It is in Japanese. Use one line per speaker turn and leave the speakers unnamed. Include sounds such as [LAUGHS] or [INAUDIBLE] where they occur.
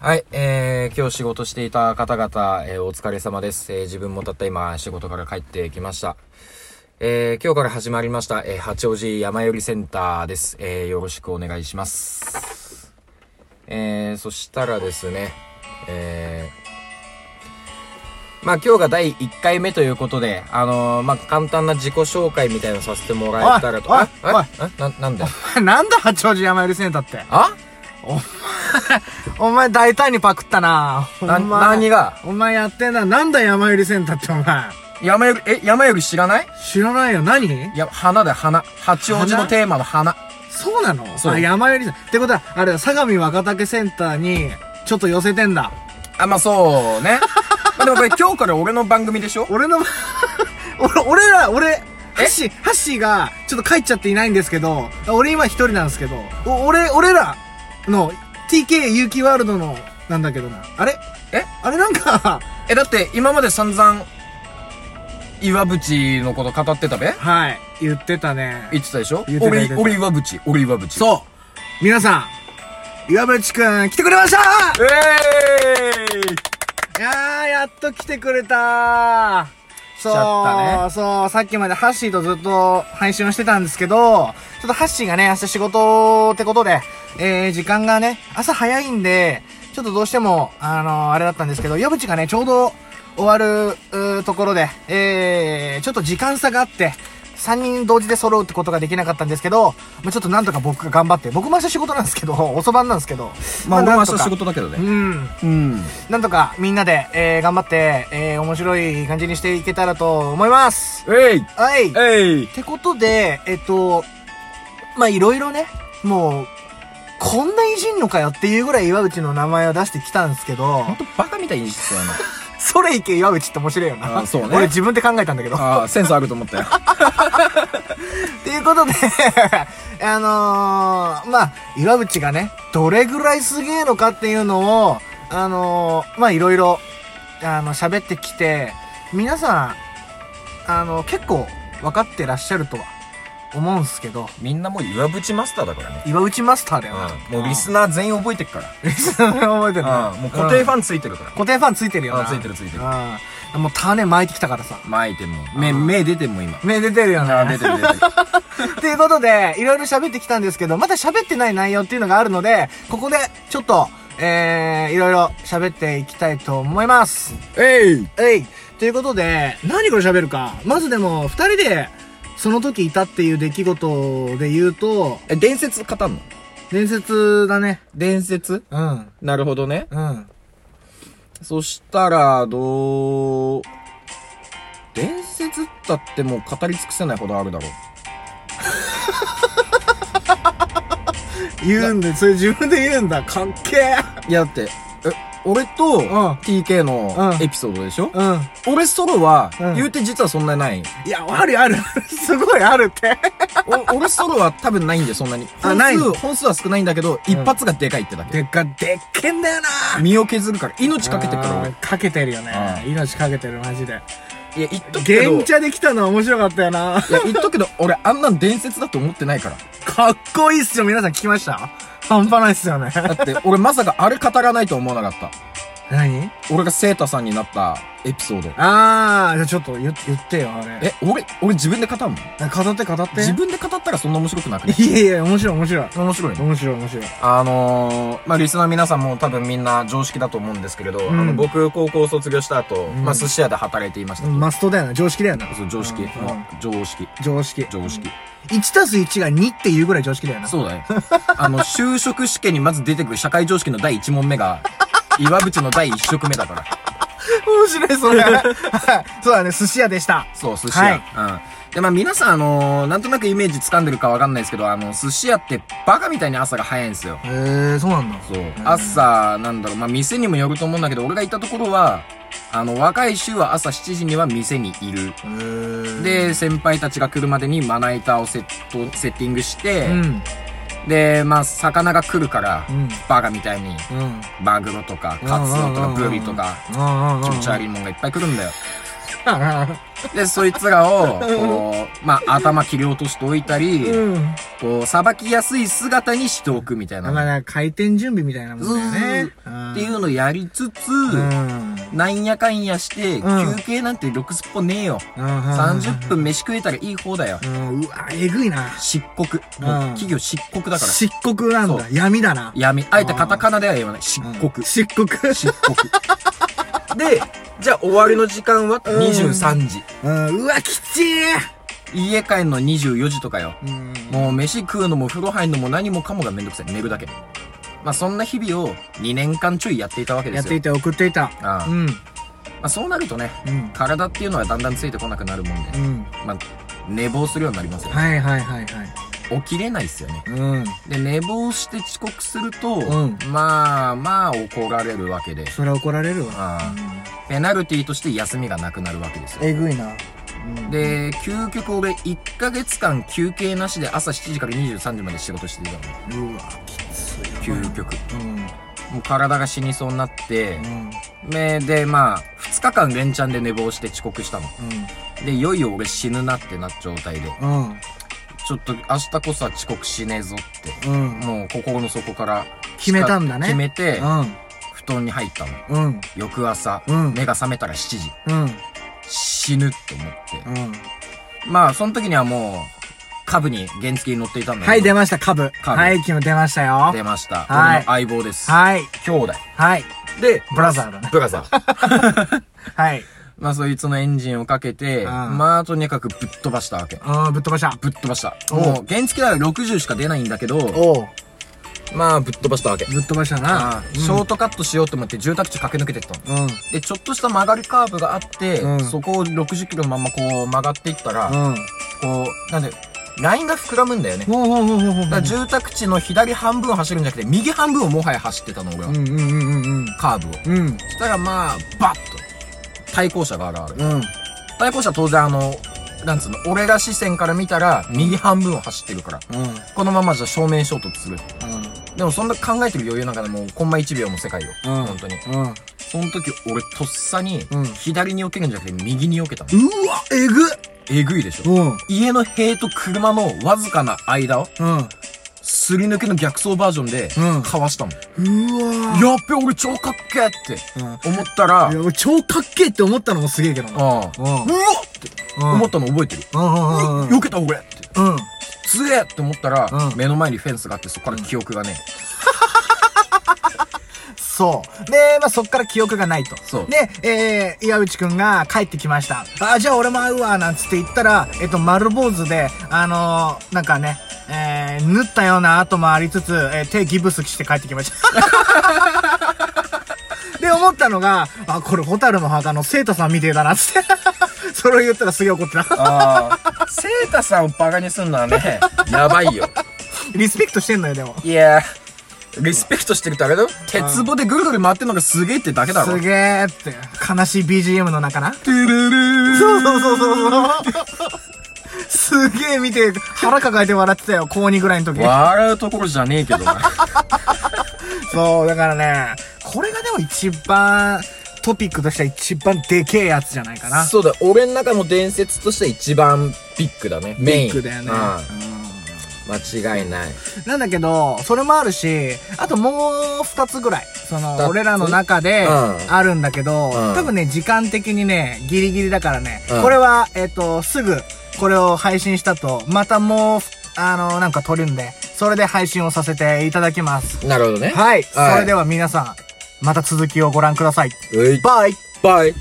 はい、えー、今日仕事していた方々、えー、お疲れ様です。えー、自分もたった今、仕事から帰ってきました。えー、今日から始まりました、えー、八王子山寄りセンターです。えー、よろしくお願いします。えー、そしたらですね、えー、まあ今日が第1回目ということで、あのー、まあ簡単な自己紹介みたいなのさせてもらえたらと。
おい
あ
おい
ああな、なんだよ
[LAUGHS] なんだ八王子山寄りセンターって。
あ
お前大胆にパクったな。お
な、
前
何が
お前やってんな。なんだ山寄りセンターってお前。
山より、え、山より知らない
知らないよ。何
いや、花だよ、花。八王子のテーマの花。
そうなの
そう
あ山寄りセンター。ってことは、あれだ、相模若竹センターに、ちょっと寄せてんだ。
あ、まあそう [LAUGHS] ね。まあでもこれ今日から俺の番組でしょ
俺の、 [LAUGHS] 俺、俺ら、俺、
え
ハッシー、ハッシーが、ちょっと帰っちゃっていないんですけど、俺今一人なんですけど、お俺、俺らの TK 有機ワールドの、なんだけどな。あれ
え
あれなんか、
え、だって今まで散々、岩淵のこと語ってたべ
はい、言ってたね。
言ってたでしょ
言ってた言っ
俺
て、た
俺岩淵、俺岩淵。う。
そう皆さん、岩渕くん、来てくれました
え
いやー、やっと来てくれたそう
来ちゃったね
そう、さっきまでハッシーとずっと配信をしてたんですけど、ちょっとハッシーがね、明日仕事ってことで、えー、時間がね、朝早いんで、ちょっとどうしても、あのー、あれだったんですけど、岩渕がね、ちょうど終わる、うーところで、えー、ちょっと時間差があって、3人同時で揃うってことができなかったんですけど、まあ、ちょっとなんとか僕が頑張って、僕も明日仕事なんですけど、遅番なんですけど。
まあ俺も
な
明
んと
日
か
仕事だけどね。
うん。
うん。
なんとかみんなで、えー、頑張って、えー、面白い感じにしていけたらと思います。
えい
はい。っ
えい
てことで、えっと、まあ、いろいろね、もう、こんないじんのかよっていうぐらい岩内の名前を出してきたんですけど
ほ、んとバカみたいに実はあ
それいけ岩内って面白いよな。
あそうね
俺自分で考えたんだけ
[LAUGHS]
ど。
の、あーセンスあると思ったよ。
ということで、 [LAUGHS] あのー、まあ、岩渕がね、どれぐらいすげえのかっていうのを、あのー、まあ、いろいろ、あの、喋ってきて、皆さん、あの、結構分かってらっしゃるとは思うんすけど、
みんなもう岩淵マスターだからね。
岩渕マスターだよな。
うん。もうリスナー全員覚えてるか
リスナー覚えてる
ら。
な。
うん。もう固定
ファン。
ファンついてるから。
固定ファンついてるよな。
あついてるついてる
うん。もう種巻いてきたからさ。
巻いても。目、目出ても今。
目出てるよな。
あー出てる出てる。
ということで、いろいろ喋ってきたんですけど、まだ喋ってない内容っていうのがあるので、ここで、ちょっと、えー、いろいろ喋っていきたいと思います。
えい
えい。ということで、何これ喋るか。まずでも、二人で、その時いたっていう出来事で言うと、
え、伝説語んの
伝説だね。
伝説
うん。
なるほどね。
うん。
そしたら、どう、伝説だってもう語り尽くせないほどあるだろう。
言うんで、それ自分で言うんだ。かっけえ。
いや、だって、え、俺と、TK の
うん
エピソードでしょ、
うん。
俺ソロは、
うん
言うて実はそんなにない。
いや、あるある。 [LAUGHS] すごいあるって。
お俺ソロは多分ないんで、そんなに。
あ
本数
ない
本数は少ないんだけど、一発がでかいってだけ。
でっか、でっけんだよな
身を削るから、命かけてるから
あ
俺
ー。かけてるよね。
う
命かけてる、マジで。
いや、言っとくけど、
現茶できたのは面白かったよな。
いや、言っとくけど、俺あんなん伝説だと思ってないから。
かっこいいっすよ、皆さん聞きました半端ないっすよね。
だって、俺まさかあれ語らないとは思わなかった。
何
俺がセータさんになったエピソード。
あー、じゃあちょっと言言ってよ、あれ。
え、俺、俺自分で語るの
語って語って。
自分で語ったらそんな面白くなくね
いやいや、面白い面白い。
面白いね。
面白い面白い。
あのー、まあ、リスナー皆さんも多分みんな常識だと思うんですけれど、
うん
あの、僕、高校を卒業した後、
ん
まあ、寿司屋で働いていました。
マストだよな、常識だよな。
そう、常識、
うん
まあ常識。
常識。
常識。
1たす1が2っていうぐらい常識だよな。
そうだね。 [LAUGHS] あの、就職試験にまず出てくる社会常識の第1問目が、岩淵の第1色目だから。
面白い、それ。はい [LAUGHS] そうだね、寿司屋でした。
そう、寿司屋。うん。で、まあ皆さん、あのーなんとなくイメージ掴んでるかわかんないですけど、あの、寿司屋ってバカみたいに朝が早いんですよ。
へー、そうなんだ。
そう。朝、なんだろう、まあ店にもよると思うんだけど、俺が行ったところは、あの、若い衆は朝7時には店にいる。
へー、
で、先輩たちが来るまでにまな板をセット、セッティングして、
うん。
で、まあ、魚が来るから、
うん
バカみたいに、
うん。
マグロとか、カツオとか、ブリとか、
うんうんうんうん、
気持ち悪いもんがいっぱい来るんだよ。
あ
で、そいつらを、こ
[LAUGHS]
う、まあ、頭切り落としておいたり、
うん。
こう、さばきやすい姿にしておくみたい
だか
な。
ら、開店準備みたいなもんだよね。。
うんっていううのやりつつ、
うん。
なんやかんやして、
うん
休憩なんてろくすっぽねえよ。
30
30分飯食えたらいい方だよ。
うん、うわ、えぐいな。
漆黒。もう企業漆黒だから。
漆黒なん
そ
だ。闇だな。
闇。あえてカタカナでは言わない。漆
うん
黒。
漆黒。
漆黒。で、じゃあ終わりの時間は
うん
23時。
[LAUGHS] うん、うわ、きちい
家帰んの24時とかよ。
うん。
もう飯食うのも風呂入るのも何もかもがめんどくさい。寝るだけ。まあそんな日々を2年間ちょいやっていたわけで
やっ
す
て
よ。
いた、送っていた。
ああ
うん。
まあそうなるとね、
うん。
体っていうのはだんだんついてこなくなるもんで
う、ん。
まあ寝坊するようになりますよね。
はいはいはいはい。
起きれないっすよね。
うん。
で、寝坊して遅刻すると、
うん
まあまあ怒られるわけで、
それは怒られるわ。
ああペナルティとして休みがなくなるわけですよ。
えぐいな。うん、
で、究極俺1ヶ月間休憩なしで朝7時から23時まで仕事していたの。
うわ、きつい。
究極。
うん。
もう体が死にそうになって
う、ん。
めで、まあ、2日間連チャンで寝坊して遅刻したの。で、いよいよ俺死ぬなってなっ状態で、
うん。うん。
ちょっと明日こそは遅刻しねえぞって、
うん。
もう心の底から
決めたんだね
決めて
う、ん。
布団に入ったの。
うん。
翌朝、
うん
目が覚めたら7時。
うん。
死ぬって思って。
うん。
まあ、その時にはもう、株に原付に乗っていたんだけど
はい、出ました、株。
株
はい、昨日出ましたよ。
出ました。
はい
俺の相棒です。
はい。
兄弟。
はい。
で、
ブラザーだね。
ブラザ
[LAUGHS]
ー。
はい。
まあ、そいつのエンジンをかけて、
ん
まあ、とにかくぶっ飛ばしたわけ。
うん、ぶっ飛ばした。
ぶっ飛ばした。
おう
もう、原付だから60しか出ないんだけど、
おう。
まあ、ぶっ飛ばしたわけ。
ぶっ飛ばしたな
あ。ーショートカットしようと思って住宅地駆け抜けてったの。
うん。
で、ちょっとした曲がりカーブがあって、
うん
そこを60キロのまんまこう曲がっていったら、
うん。
こう、なんで、ラインが膨らむんだよね。
ほうほうほうほうほう。
だから住宅地の左半分を走るんじゃなくて、右半分をもはや走ってたの、俺は
う。んうんうんうん
カーブを。
うん。うん。
そしたらまあ、バッと、対向車が現れる。
うん。
対向車当然あの、なんつうの、俺ら視線から見たら、右半分を走ってるから。
うん。うん。
このままじゃ正面衝突する。でもそんな考えてる余裕なんかでもう、コンマ1秒も世界よ。
うん
本当に。
うん。うわ、
その時、俺とっさに
うん、
左に避けるんじゃなくて、右に避けたの。
えぐ
えぐいでしょ。
うん。うん。
家の塀と車のわずかな間を、すり抜けの逆走バージョンで
うん、
かわしたの。
うわ
やっべ、俺超かっけーって
うん。
思ったら、
いうや、
ん。
俺超かっけえって思ったのもすげえけど
う
な。
わっ
うん。うん。
て思ったの覚えてる。
うん。うん。
よけた俺って。
うん。
つえって思ったら、
うん
目の前にフェンスがあって、そこから記憶がね、
そう。で、まあ、そっから記憶がないと。
そう
で、えー、岩内くんが帰ってきました。あ、じゃあ俺も会うわ、なんつって言ったら、えっと、丸坊主で、あのー、なんかね、えー、縫ったような跡もありつつ、えー、手ギブスして帰ってきました。 [LAUGHS] で、思ったのが、あ、これ、ホタルの墓のセータさんみてえだな、つって。 [LAUGHS] それを言ったらすげえ怒ってな。
ああ、セータさんをバカにすんのはね、やばいよ。
リスペクトしてんのよ、でも。
いやー、リスペクトしてるってあれだよ。鉄棒でぐるぐる回ってんのがすげえってだけだろ。
すげえって、悲しい BGM の中な。
トゥルルー
そうそうそうそうそう。すげえ見て、腹抱えて笑ってたよ、高2ぐらいの時。
笑うところじゃねえけどな。
そう、だからね、これがでも一番、トピックとしては一番でけえやつじゃないかな。
そうだ、俺の中の伝説として一番ビッグだね。メイン。
ビッグだよね。
う
う
ん
ん
間違いない。
なんだけど、それもあるし、あともう二つぐらい、その
二、つ
俺らの中で、
うん
あるんだけど、
うん
多分ね、時間的にね、ギリギリだからね、
うん
これは、えっ、と、すぐ、これを配信したと、またもう、あの、なんか撮るんで、それで配信をさせていただきます。
なるほどね。
はい。
はい
それでは皆さん、また続きをご覧ください。
うい。
バイ
バイ。